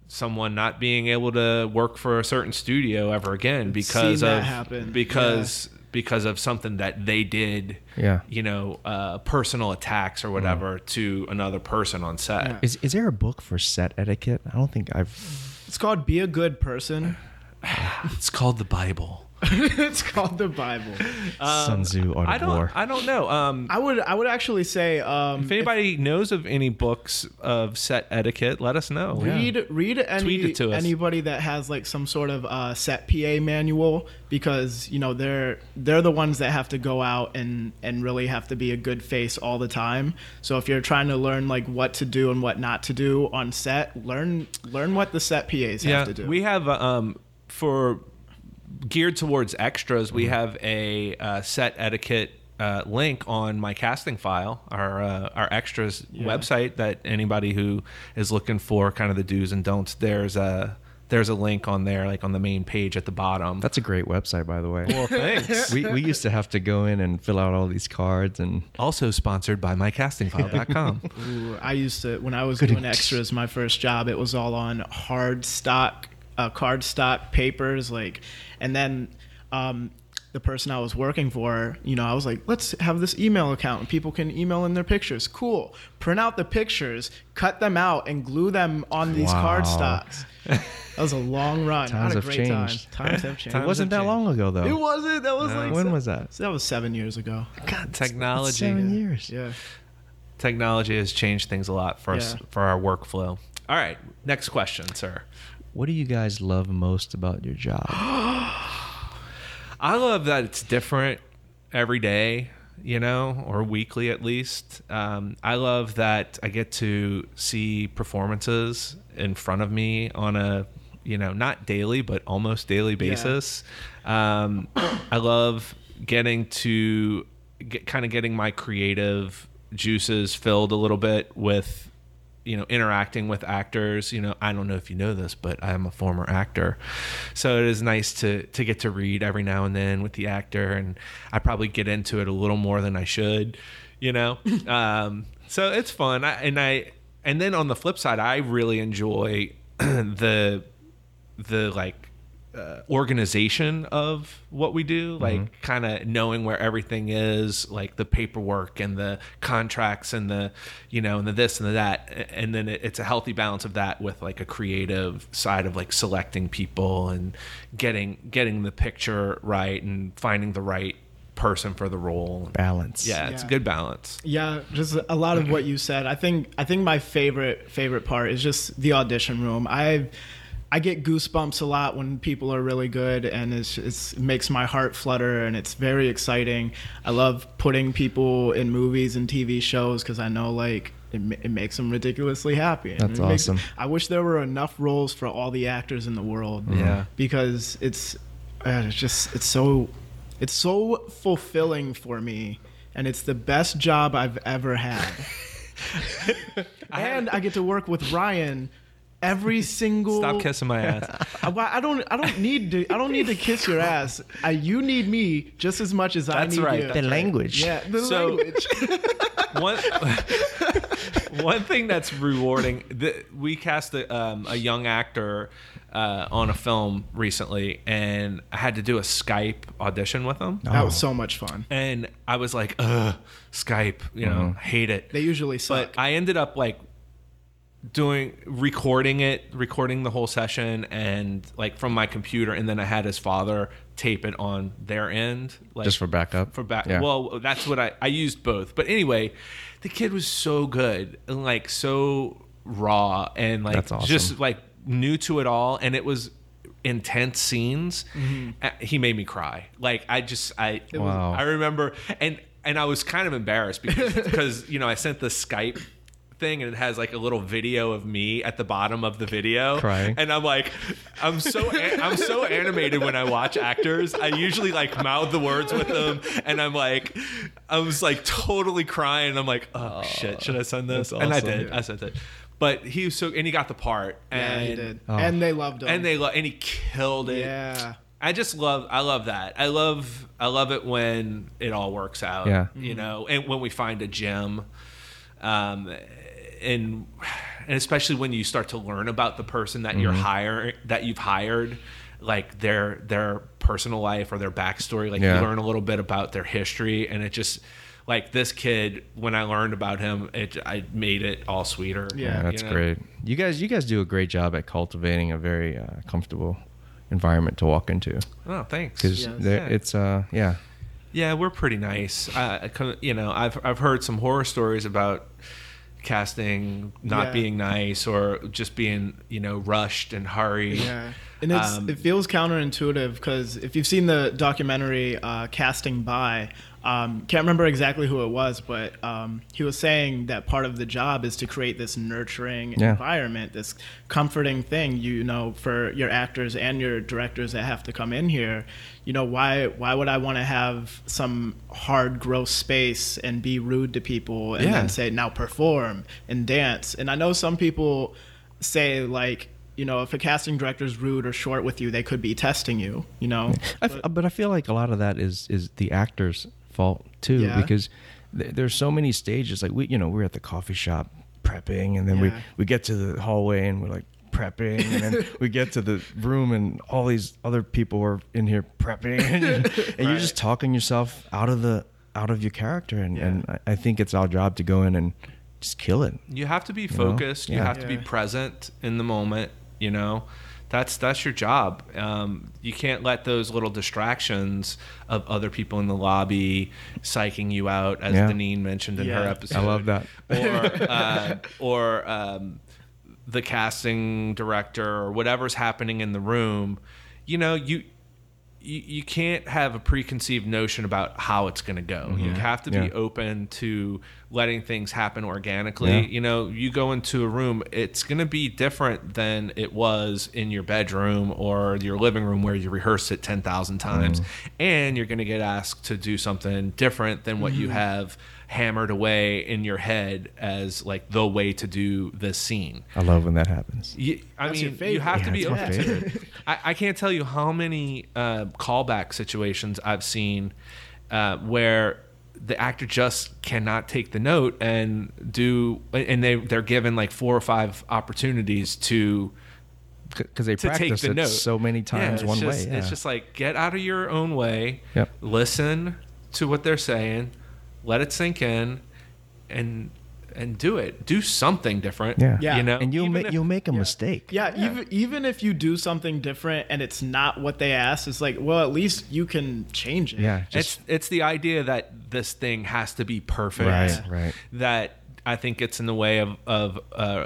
someone not being able to work for a certain studio ever again because
that
of
happen.
because because of something that they did.
Yeah.
You know, uh, personal attacks or whatever to another person on set.
Yeah.
Is, is there a book for set etiquette? I don't think I've.
it's called "Be a Good Person."
It's called the Bible.
it's called the Bible. Um,
Sun Tzu, Art
I
of
don't.
War.
I don't know. Um,
I would I would actually say um,
if anybody knows of any books of set etiquette, let us know.
Read read
Tweet
any
it to us.
anybody that has like some sort of uh, set PA manual because you know they're they're the ones that have to go out and and really have to be a good face all the time. So if you're trying to learn like what to do and what not to do on set, learn learn what the set PAs have to do.
We have uh, um, for geared towards extras. We
Mm-hmm.
have a uh, set etiquette uh, link on my casting file, our uh, our extras website. That anybody who is looking for kind of the do's and don'ts, there's a there's a link on there, like on the main page at the bottom.
That's a great website, by the way.
well, thanks.
we, we used to have to go in and fill out all these cards and
also sponsored by mycastingfile.com.
Ooh, I used to when I was doing extras. My first job, it was all on hard stock, uh, card stock papers, like, and then. Um, the person I was working for, you know, I was like, let's have this email account and people can email in their pictures. Cool. Print out the pictures, cut them out, and glue them on these
Wow.
card stocks. That was a long run.
Times
What a
have
great
changed.
Time. Times have changed.
it wasn't that long ago though.
It wasn't. That was like
when
se-
was that?
that was seven years ago.
God,
Technology.
Seven years.
Yeah.
Technology has changed things a lot for us
Yeah.
for our workflow. All right, next question, sir.
What do you guys love most about your job?
I love that it's different every day, you know, or weekly at least. Um, I love that I get to see performances in front of me on a, you know, not daily, but almost daily basis. Um, I love getting to get kind of getting my creative juices filled a little bit with you know interacting with actors you know i don't know if you know this but i'm a former actor so it is nice to to get to read every now and then with the actor and i probably get into it a little more than i should you know um so it's fun I, and i and then on the flip side i really enjoy the the like uh, organization of what we do, like kind of knowing where everything is, like the paperwork and the contracts and the, you know, and the this and the that. A- And then it, it's a healthy balance of that with like a creative side of like selecting people and getting, getting the picture right and finding the right person for the role.
Balance.
Yeah, it's a
Yeah.
good balance.
Yeah, just a lot of what you said. I think I think my favorite favorite part is just the audition room. I I get goosebumps a lot when people are really good, and it's, it's it makes my heart flutter, and it's very exciting. I love putting people in movies and TV shows because I know like. It, ma- it makes them ridiculously happy. and
That's
it makes-
awesome.
I wish there were enough roles for all the actors in the world.
Yeah.
because it's, uh, it's just it's so it's so fulfilling for me, and it's the best job I've ever had. and I get to work with Ryan every single.
Stop kissing my ass.
I, I don't. I don't need to. I don't need to kiss your ass. I, you need me just as much as I
That's
need
right.
you.
That's The
language.
Yeah. The
So-
language.
one one thing that's rewarding the, we cast a, um, a young actor uh, on a film recently and i had to do a skype audition with him
That was so much fun.
and i was
Mm-hmm.
like ugh skype you know hate it
They usually suck.
but I ended up like doing recording it, recording the whole session, and like from my computer, and then I had his father tape it on their end, like
Just for backup?
For back,
Yeah.
well, that's what I I used both. But anyway, the kid was so good and like so raw and like
That's awesome.
just like new to it all, and it was intense scenes. Uh, He made me cry. Like I just I
Wow.
I remember and and I was kind of embarrassed because because you know I sent the Skype thing and it has like a little video of me at the bottom of the video
Crying.
and I'm like I'm so an- I'm so animated when I watch actors I usually like mouth the words with them and I'm like I was like totally crying I'm like oh shit should I send this and I
awesome.
did I sent it but he was so and he got the part
Yeah,
and
he did. And they loved him.
and they lo- and he killed it
yeah.
I just love I love that. I love I love it when it all works out.
Yeah.
You know, and when we find a gem. Um and and especially when you start to learn about the person that
Mm-hmm.
you're hiring that you've hired, like their their personal life or their backstory. Like
Yeah.
you learn a little bit about their history and it just like this kid, when I learned about him, it I made it all sweeter.
Yeah,
Yeah, that's
you know?
great. You guys, you guys do a great job at cultivating a very uh, comfortable environment to walk into
Oh, thanks.
because
Yes.
Yeah.
it's uh yeah
Yeah, we're pretty nice. Uh, I kinda- you know, I've I've heard some horror stories about casting not
Yeah.
being nice or just being you know rushed and hurried.
Yeah, and it's
Um,
it feels counterintuitive because if you've seen the documentary uh, "Casting By," um, can't remember exactly who it was, but um, he was saying that part of the job is to create this nurturing
Yeah.
environment, this comforting thing. You know, for your actors and your directors that have to come in here, you know, why why would I want to have some hard, gross space and be rude to people and
Yeah.
then say now perform and dance? And I know some people say like you know if a casting director's rude or short with you they could be testing you you know
I f- but I feel like a lot of that is is the actor's fault too
Yeah.
because th- there's so many stages. Like we, you know, we're at the coffee shop prepping, and then we
Yeah.
we get to the hallway and we're like prepping, and then we get to the room and all these other people are in here prepping, and, you're just talking yourself out of the out of your character. And, and I- I think it's our job to go in and just kill it.
You have to be
know?
focused. You
Yeah.
have to be
Yeah.
present in the moment. You know, that's that's your job. Um, you can't let those little distractions of other people in the lobby psyching you out, as
Yeah.
Deneen mentioned in her
Yeah. I
episode.
love that.
Or uh, or um, the casting director or whatever's happening in the room. You know, you you, you can't have a preconceived notion about how it's going to go. You have to be
Mm-hmm. Yeah.
open to letting things happen organically.
Yeah.
You know, you go into a room, it's going to be different than it was in your bedroom or your living room where you rehearsed it 10,000 times.
Mm-hmm.
And you're going to get asked to do something different than what you
Mm-hmm.
have hammered away in your head as like the way to do this scene.
I love when that happens.
You, I
That's your
mean, you have to
favorite.
be
Yeah,
open
that's my
to it. I, I can't tell you how many uh, callback situations I've seen uh, where the actor just cannot take the note and do, and they they're given like four or five opportunities to
Because they
to take
practice
the
it
note
so many times
Yeah, it's
one
just-
way. Yeah.
It's just like get out of your own way.
Yep.
Listen to what they're saying, let it sink in, and and do it. Do something different.
yeah.
Yeah.
You know,
and you'll
Even
make
if-
you'll make a mistake.
yeah, Even, even if you do something different and it's not what they asked it's like well at least you can change it
Yeah, just
it's it's the idea that this thing has to be perfect.
Right, right.
That I think gets in the way of of uh,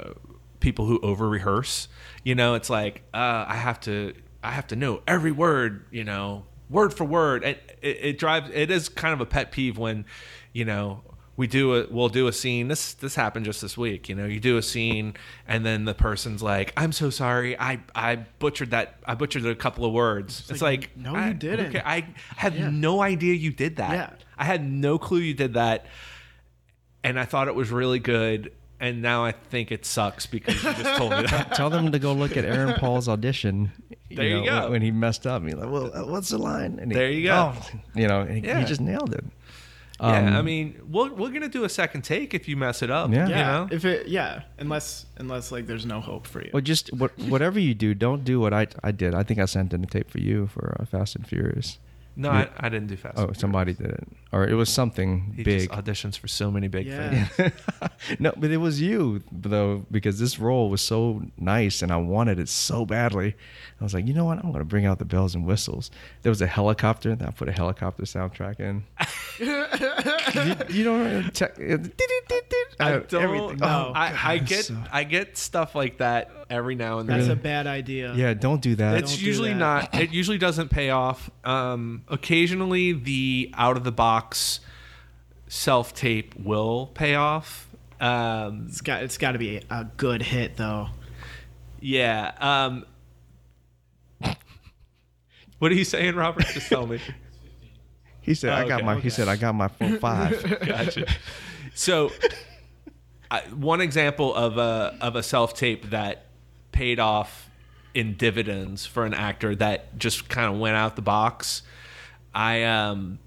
people who over rehearse. You know, it's like uh, I have to I have to know every word. You know, word for word. It, it, it drives. It is kind of a pet peeve when, you know. We do a we'll do a scene. This this happened just this week. You know, you do a scene, and then the person's like, "I'm so sorry, I I butchered that. I butchered a couple of words." It's, like,
like, no, you
I- who
didn't.
ca- I had no idea you did that.
Yeah.
I had no clue you did that. And I thought it was really good. And now I think it sucks because you just told me that.
Tell them to go look at Aaron Paul's audition.
There you
know,
go.
When he messed up, and you're like, "Well, uh, what's the line?" And he-
There you go.
Oh, you know, and he,
Yeah.
he just nailed it. Um,
yeah, I mean, we're, we're going to do a second take if you mess it up.
Yeah.
You
yeah
know?
if it yeah unless unless like there's no hope for you
Well, just what, whatever you do, don't do what I I did. I think I sent in a tape for you for uh, Fast and Furious.
No, I, I didn't do Fast.
Oh,
and
somebody did it, or it was something
Furious. He just
big.
auditions for so many big
Yeah.
things.
no, but it was you though, because this role was so nice and I wanted it so badly. I was like, you know what? I'm gonna bring out the bells and whistles. There was a helicopter that I put a helicopter soundtrack in. you, you don't check.
I don't.
everything.
Oh,
I, I
God,
get
so-
I get stuff like that every now and then.
That's a bad idea.
Yeah, don't do that.
it's
Don't do
usually not
that.
it usually doesn't pay off um occasionally the out of the box self tape will pay off um
It's got it's got to be a good hit though.
yeah um what are you saying robert just tell me
he said, I got
Oh, okay,
my.
okay.
He said, I got my four five.
gotcha. So, I, one example of a of a self tape that paid off in dividends for an actor that just kind of went out the box. I um,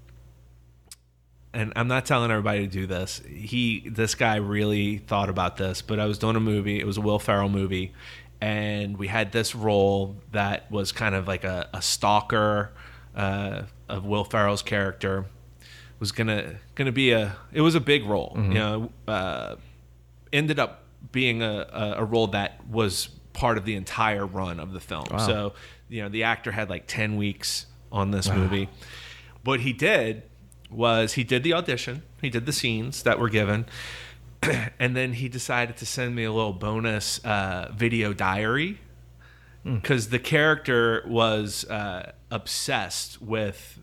and I'm not telling everybody to do this. He, this guy, really thought about this. But I was doing a movie. It was a Will Ferrell movie, and we had this role that was kind of like a, a stalker uh, of Will Ferrell's character was gonna gonna be a it was a big role you know uh, ended up being a, a, a role that was part of the entire run of the film so you know the actor had like 10 weeks on this movie what he did was he did the audition he did the scenes that were given and then he decided to send me a little bonus uh, video diary because the character was uh, obsessed with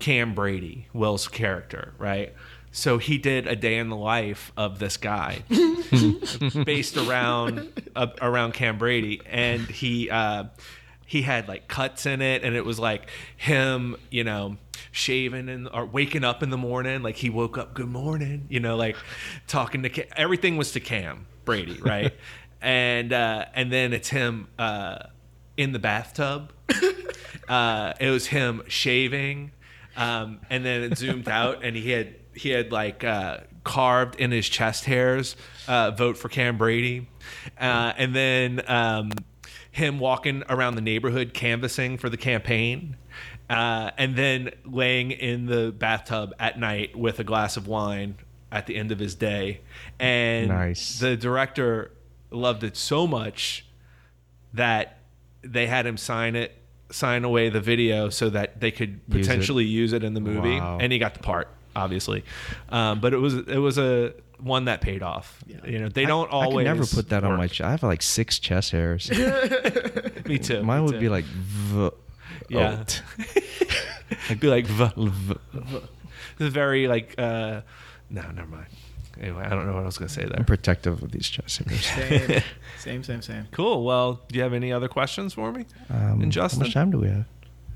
Cam Brady, Will's character, right? So he did a day in the life of this guy, based around uh, around Cam Brady, and he uh, he had like cuts in it, and it was like him, you know, shaving and or waking up in the morning, like he woke up, good morning, you know, like talking to Cam. everything was to Cam Brady, right? and uh, and then it's him uh, in the bathtub. Uh, it was him shaving, um, and then it zoomed out, and he had he had like uh, carved in his chest hairs, uh, vote for Cam Brady, uh, and then um, him walking around the neighborhood canvassing for the campaign. Uh, and then laying in the bathtub at night with a glass of wine at the end of his day, and
Nice.
the director loved it so much that they had him sign it sign away the video so that they could
Use it.
potentially use it, in the movie
Wow.
and he got the part obviously um, but it was it was a one that paid off you know they don't
I could
always
never put that on my.
work.
Ch- I have like six chest hairs.
me too
Mine
me
would
too.
be like. V-
yeah
oat.
it'd be like v- the very like uh no never mind anyway i don't know what i was gonna say there
I'm protective of these chest hairs.
Same, same, same, same.
cool well do you have any other questions for me
Um,
and
How
justin
much time do we have?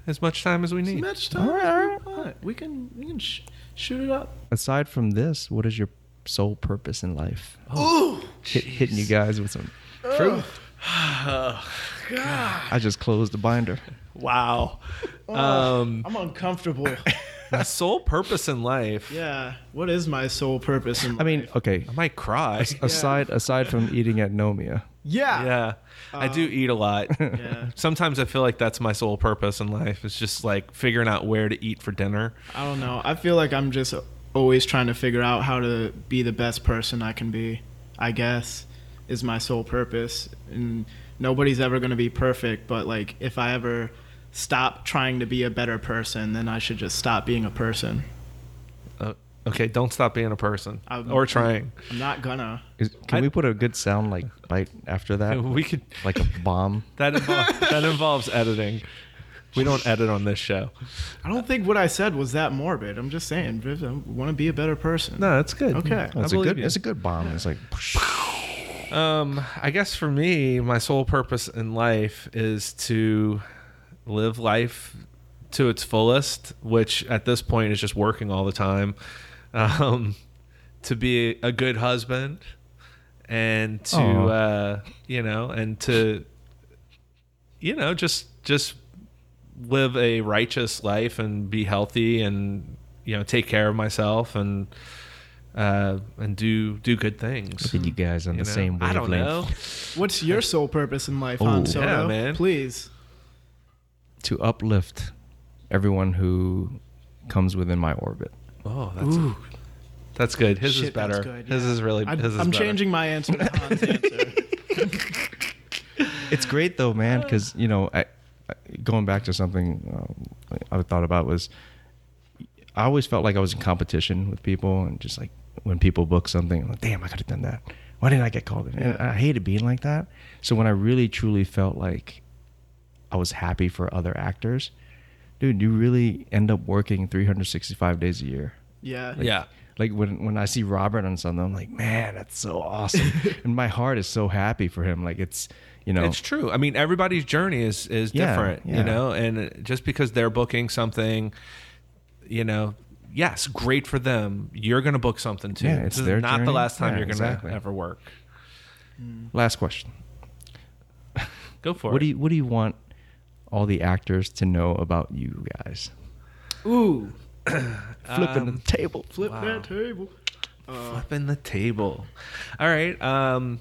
as much time as we need
Much
All right, all right.
We can we can sh- shoot it up.
Aside from this, what is your sole purpose in life?
Oh,
Ooh,
Hit, hitting you guys with some truth. I just closed the binder.
wow um
Oh, I'm uncomfortable.
my sole purpose in life
yeah. What is my sole purpose? In
I mean,
life?
okay.
I might cry.
Aside aside from eating at Nomia,
yeah. Um,
yeah. I do eat a lot.
Yeah.
Sometimes I feel like that's my sole purpose in life. It's just like figuring out where to eat for dinner.
I don't know. I feel like I'm just always trying to figure out how to be the best person I can be. I guess is my sole purpose, and nobody's ever going to be perfect. But like, if I ever stop trying to be a better person, then I should just stop being a person.
Uh, okay, don't stop being a person
I'm-
or trying.
I'm not gonna.
is, can
I-
we put a good sound like bite after that?
We could
like a bomb.
that involves, that involves editing. We don't edit on this show.
I don't think what I said was that morbid. I'm just saying, Viv, I want to be a better person.
No, that's good.
Okay.
I
It's a
believe
good.
you.
It's a good bomb. It's like
Um, I guess for me, my sole purpose in life is to live life to its fullest, which at this point is just working all the time. Um, to be a good husband and to
Aw.
uh, you know and to you know just just live a righteous life and be healthy and you know take care of myself and uh, and do do good things.
you guys on
Mm. You
the
know?
same wavelength.
I don't know.
What's your sole purpose in life,
Ooh.
Han Solo?
Yeah, man.
Please.
To uplift everyone who comes within my orbit.
Oh, that's a- that's good. His is
Shit, that's
better.
good,
His
yeah.
is really.
I,
his is
I'm
better.
changing my answer to Han's answer.
It's great though, man, because you know, I, I- going back to something um, I thought about was, I always felt like I was in competition with people, and just like when people book something, I'm like, damn, I could have done that. Why didn't I get called in? And I hated being like that. So when I really truly felt like I was happy for other actors, dude, you really end up working 365 days a year.
Yeah.
Yeah.
Like when when I see Robert on something, I'm like, man, that's so awesome, and my heart is so happy for him. Like it's, you know,
It's true. I mean, everybody's journey is is
Yeah,
different,
yeah.
you know. And just because they're booking something, you know, yes, great for them. You're going to book something too.
Yeah, it's
this
their
is not
journey.
the last time
Yeah,
you're going to
exactly.
ever work.
last question.
Go for
What
it.
do you What do you want all the actors to know about you guys?
Ooh.
Flipping the table.
Flip that table.
flipping the table. All right. Um,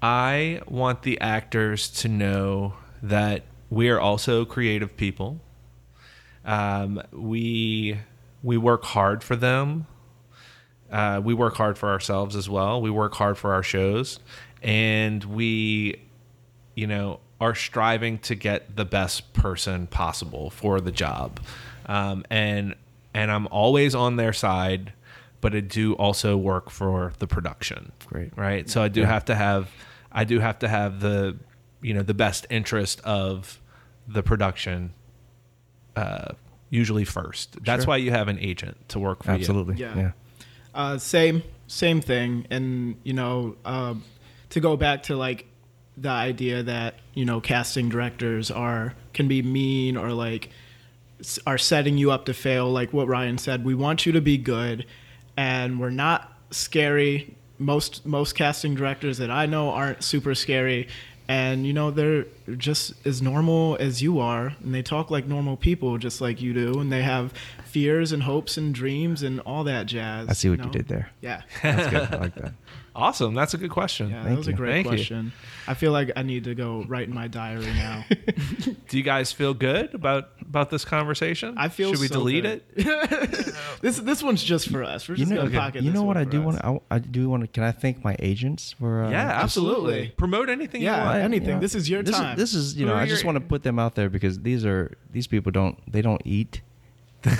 I want the actors to know that we are also creative people. Um, we we work hard for them. Uh, we work hard for ourselves as well. We work hard for our shows, and we, you know, are striving to get the best person possible for the job. Um, and and I'm always on their side, but I do also work for the production.
Great.
right? So I do have to have, I do have to have the, you know, the best interest of the production uh, usually first. That's
Sure.
why you have an agent to work for
Absolutely.
Yeah.
Yeah.
Uh, same, same thing. And you know, uh, to go back to like the idea that you know casting directors are can be mean or like s- are setting you up to fail. Like what Ryan said, we want you to be good, and we're not scary. Most most casting directors that I know aren't super scary. And you know they're just as normal as you are, and they talk like normal people, just like you do, and they have fears and hopes and dreams and all that jazz.
I see what you
know?
did there.
Yeah.
That's good. I like that.
you. Awesome. That's a good question.
Yeah, that
Thank
was a
you.
great
Thank you.
question. I feel like I need to go write in my diary now.
Do you guys feel good about about this conversation?
I feel
Should we
so
delete
good.
it?
this this one's just for us. We're
You
just
know,
gonna pocket
you
this
know
one
what I
for
do
us.
want. I, I do want to. Can I thank my agents for? Uh,
yeah,
just-
absolutely.
absolutely.
Promote anything
Yeah,
you want.
anything.
you know,
This is your
this
time.
Is, this is you
Who
know.
are
I
your-
just want to put them out there because these are these people don't they don't eat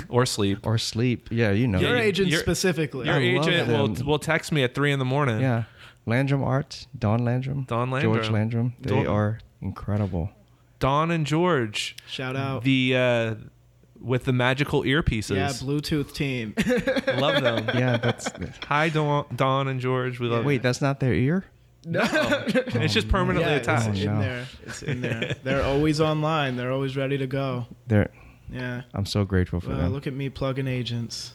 or sleep.
or sleep. Yeah, you know.
Yeah,
your
you-
agent
you're-
specifically.
Your
I love
agent will
them.
will text me at three in the morning.
Yeah. Landrum Arts, Don Landrum,
Don
George
Landrum.
Landrum. They
Don-
are incredible.
Don and George,
Shout out.
the uh, with the magical
yeah,
earpieces.
Bluetooth team.
Love them.
Yeah, that's.
Hi, Don, Don and George. We love.
Wait, that's not their ear.
it's just permanently
yeah,
attached.
it's
Oh,
in
no.
there. It's in there. They're always online. They're always ready to go.
They're.
Yeah.
I'm so grateful for
Well,
them.
look at me plugging agents.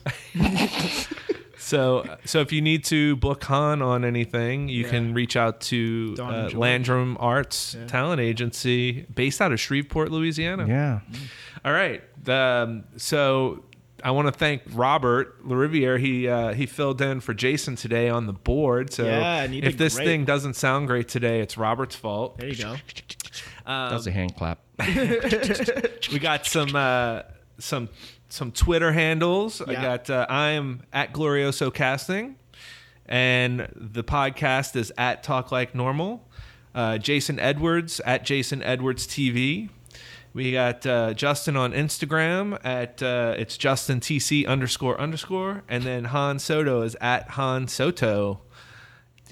So, so if you need to book Han on anything, you
Yeah.
can reach out to
Don and
uh,
George.
Landrum Arts
Yeah.
Talent Agency, based out of Shreveport, Louisiana.
yeah.
All right. Um, so, I want to thank Robert Lariviere. He uh, he filled in for Jason today on the board. So,
Yeah, and he
if
did
this
great.
thing doesn't sound great today, it's Robert's fault.
There you go.
That was a hand clap.
We got some uh, some some Twitter handles. I
Yeah.
got uh, I am at Glorioso Casting, and the podcast is at Talk Like Normal. Uh, Jason Edwards at Jason Edwards TV. We got uh, Justin on Instagram at uh, it's Justin TC underscore underscore, and then Han Soto is at Han Soto.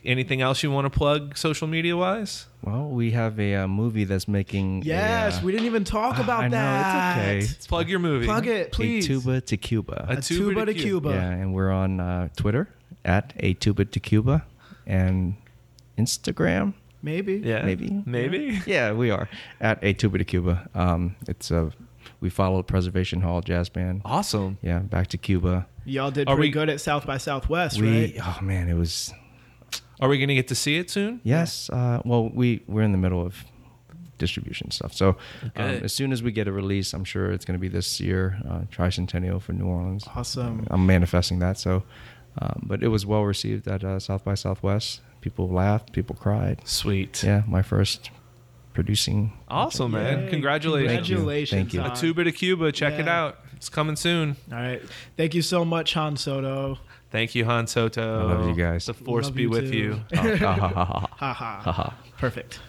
Anything else you want to plug social media wise?
Well, we have a uh, movie that's making.
Yes,
a, uh,
we didn't even talk
Ah,
about
I know,
that.
it's okay.
Plug your movie.
Plug it,
a
please.
tuba to Cuba.
A
A tuba, to Cuba.
yeah, and we're on uh, Twitter at a tuba to Cuba and Instagram.
Maybe.
Yeah,
Maybe.
maybe.
Yeah, we are at a tuba to Cuba. Um, it's a we follow Preservation Hall Jazz Band.
Awesome.
Yeah, back to Cuba.
Y'all did
Are
pretty
we-
good at South by Southwest,
we
right?
oh man, it was
Are we going to get to see it soon?
Yes. Uh, well, we we're in the middle of distribution stuff. So um,
Good.
as soon as we get a release, I'm sure it's going to be this year, uh, tricentennial for New Orleans.
Awesome.
I'm manifesting that. So, um, but it was well received at uh, South by Southwest. People laughed, people cried.
Sweet.
Yeah, my first producing.
Awesome, man.
Yay.
Congratulations.
Thank you.
Congratulations.
Thank you.
A
on-
two bit of Cuba. Check it
Yeah.
out. It's coming soon.
All right. Thank you so much, Han Soto.
Thank you, Han Soto.
I love you guys.
The force
Love
be
you
with
too.
Ah,
you.
Ha, ha, ha, ha, ha.
Ha ha. Perfect.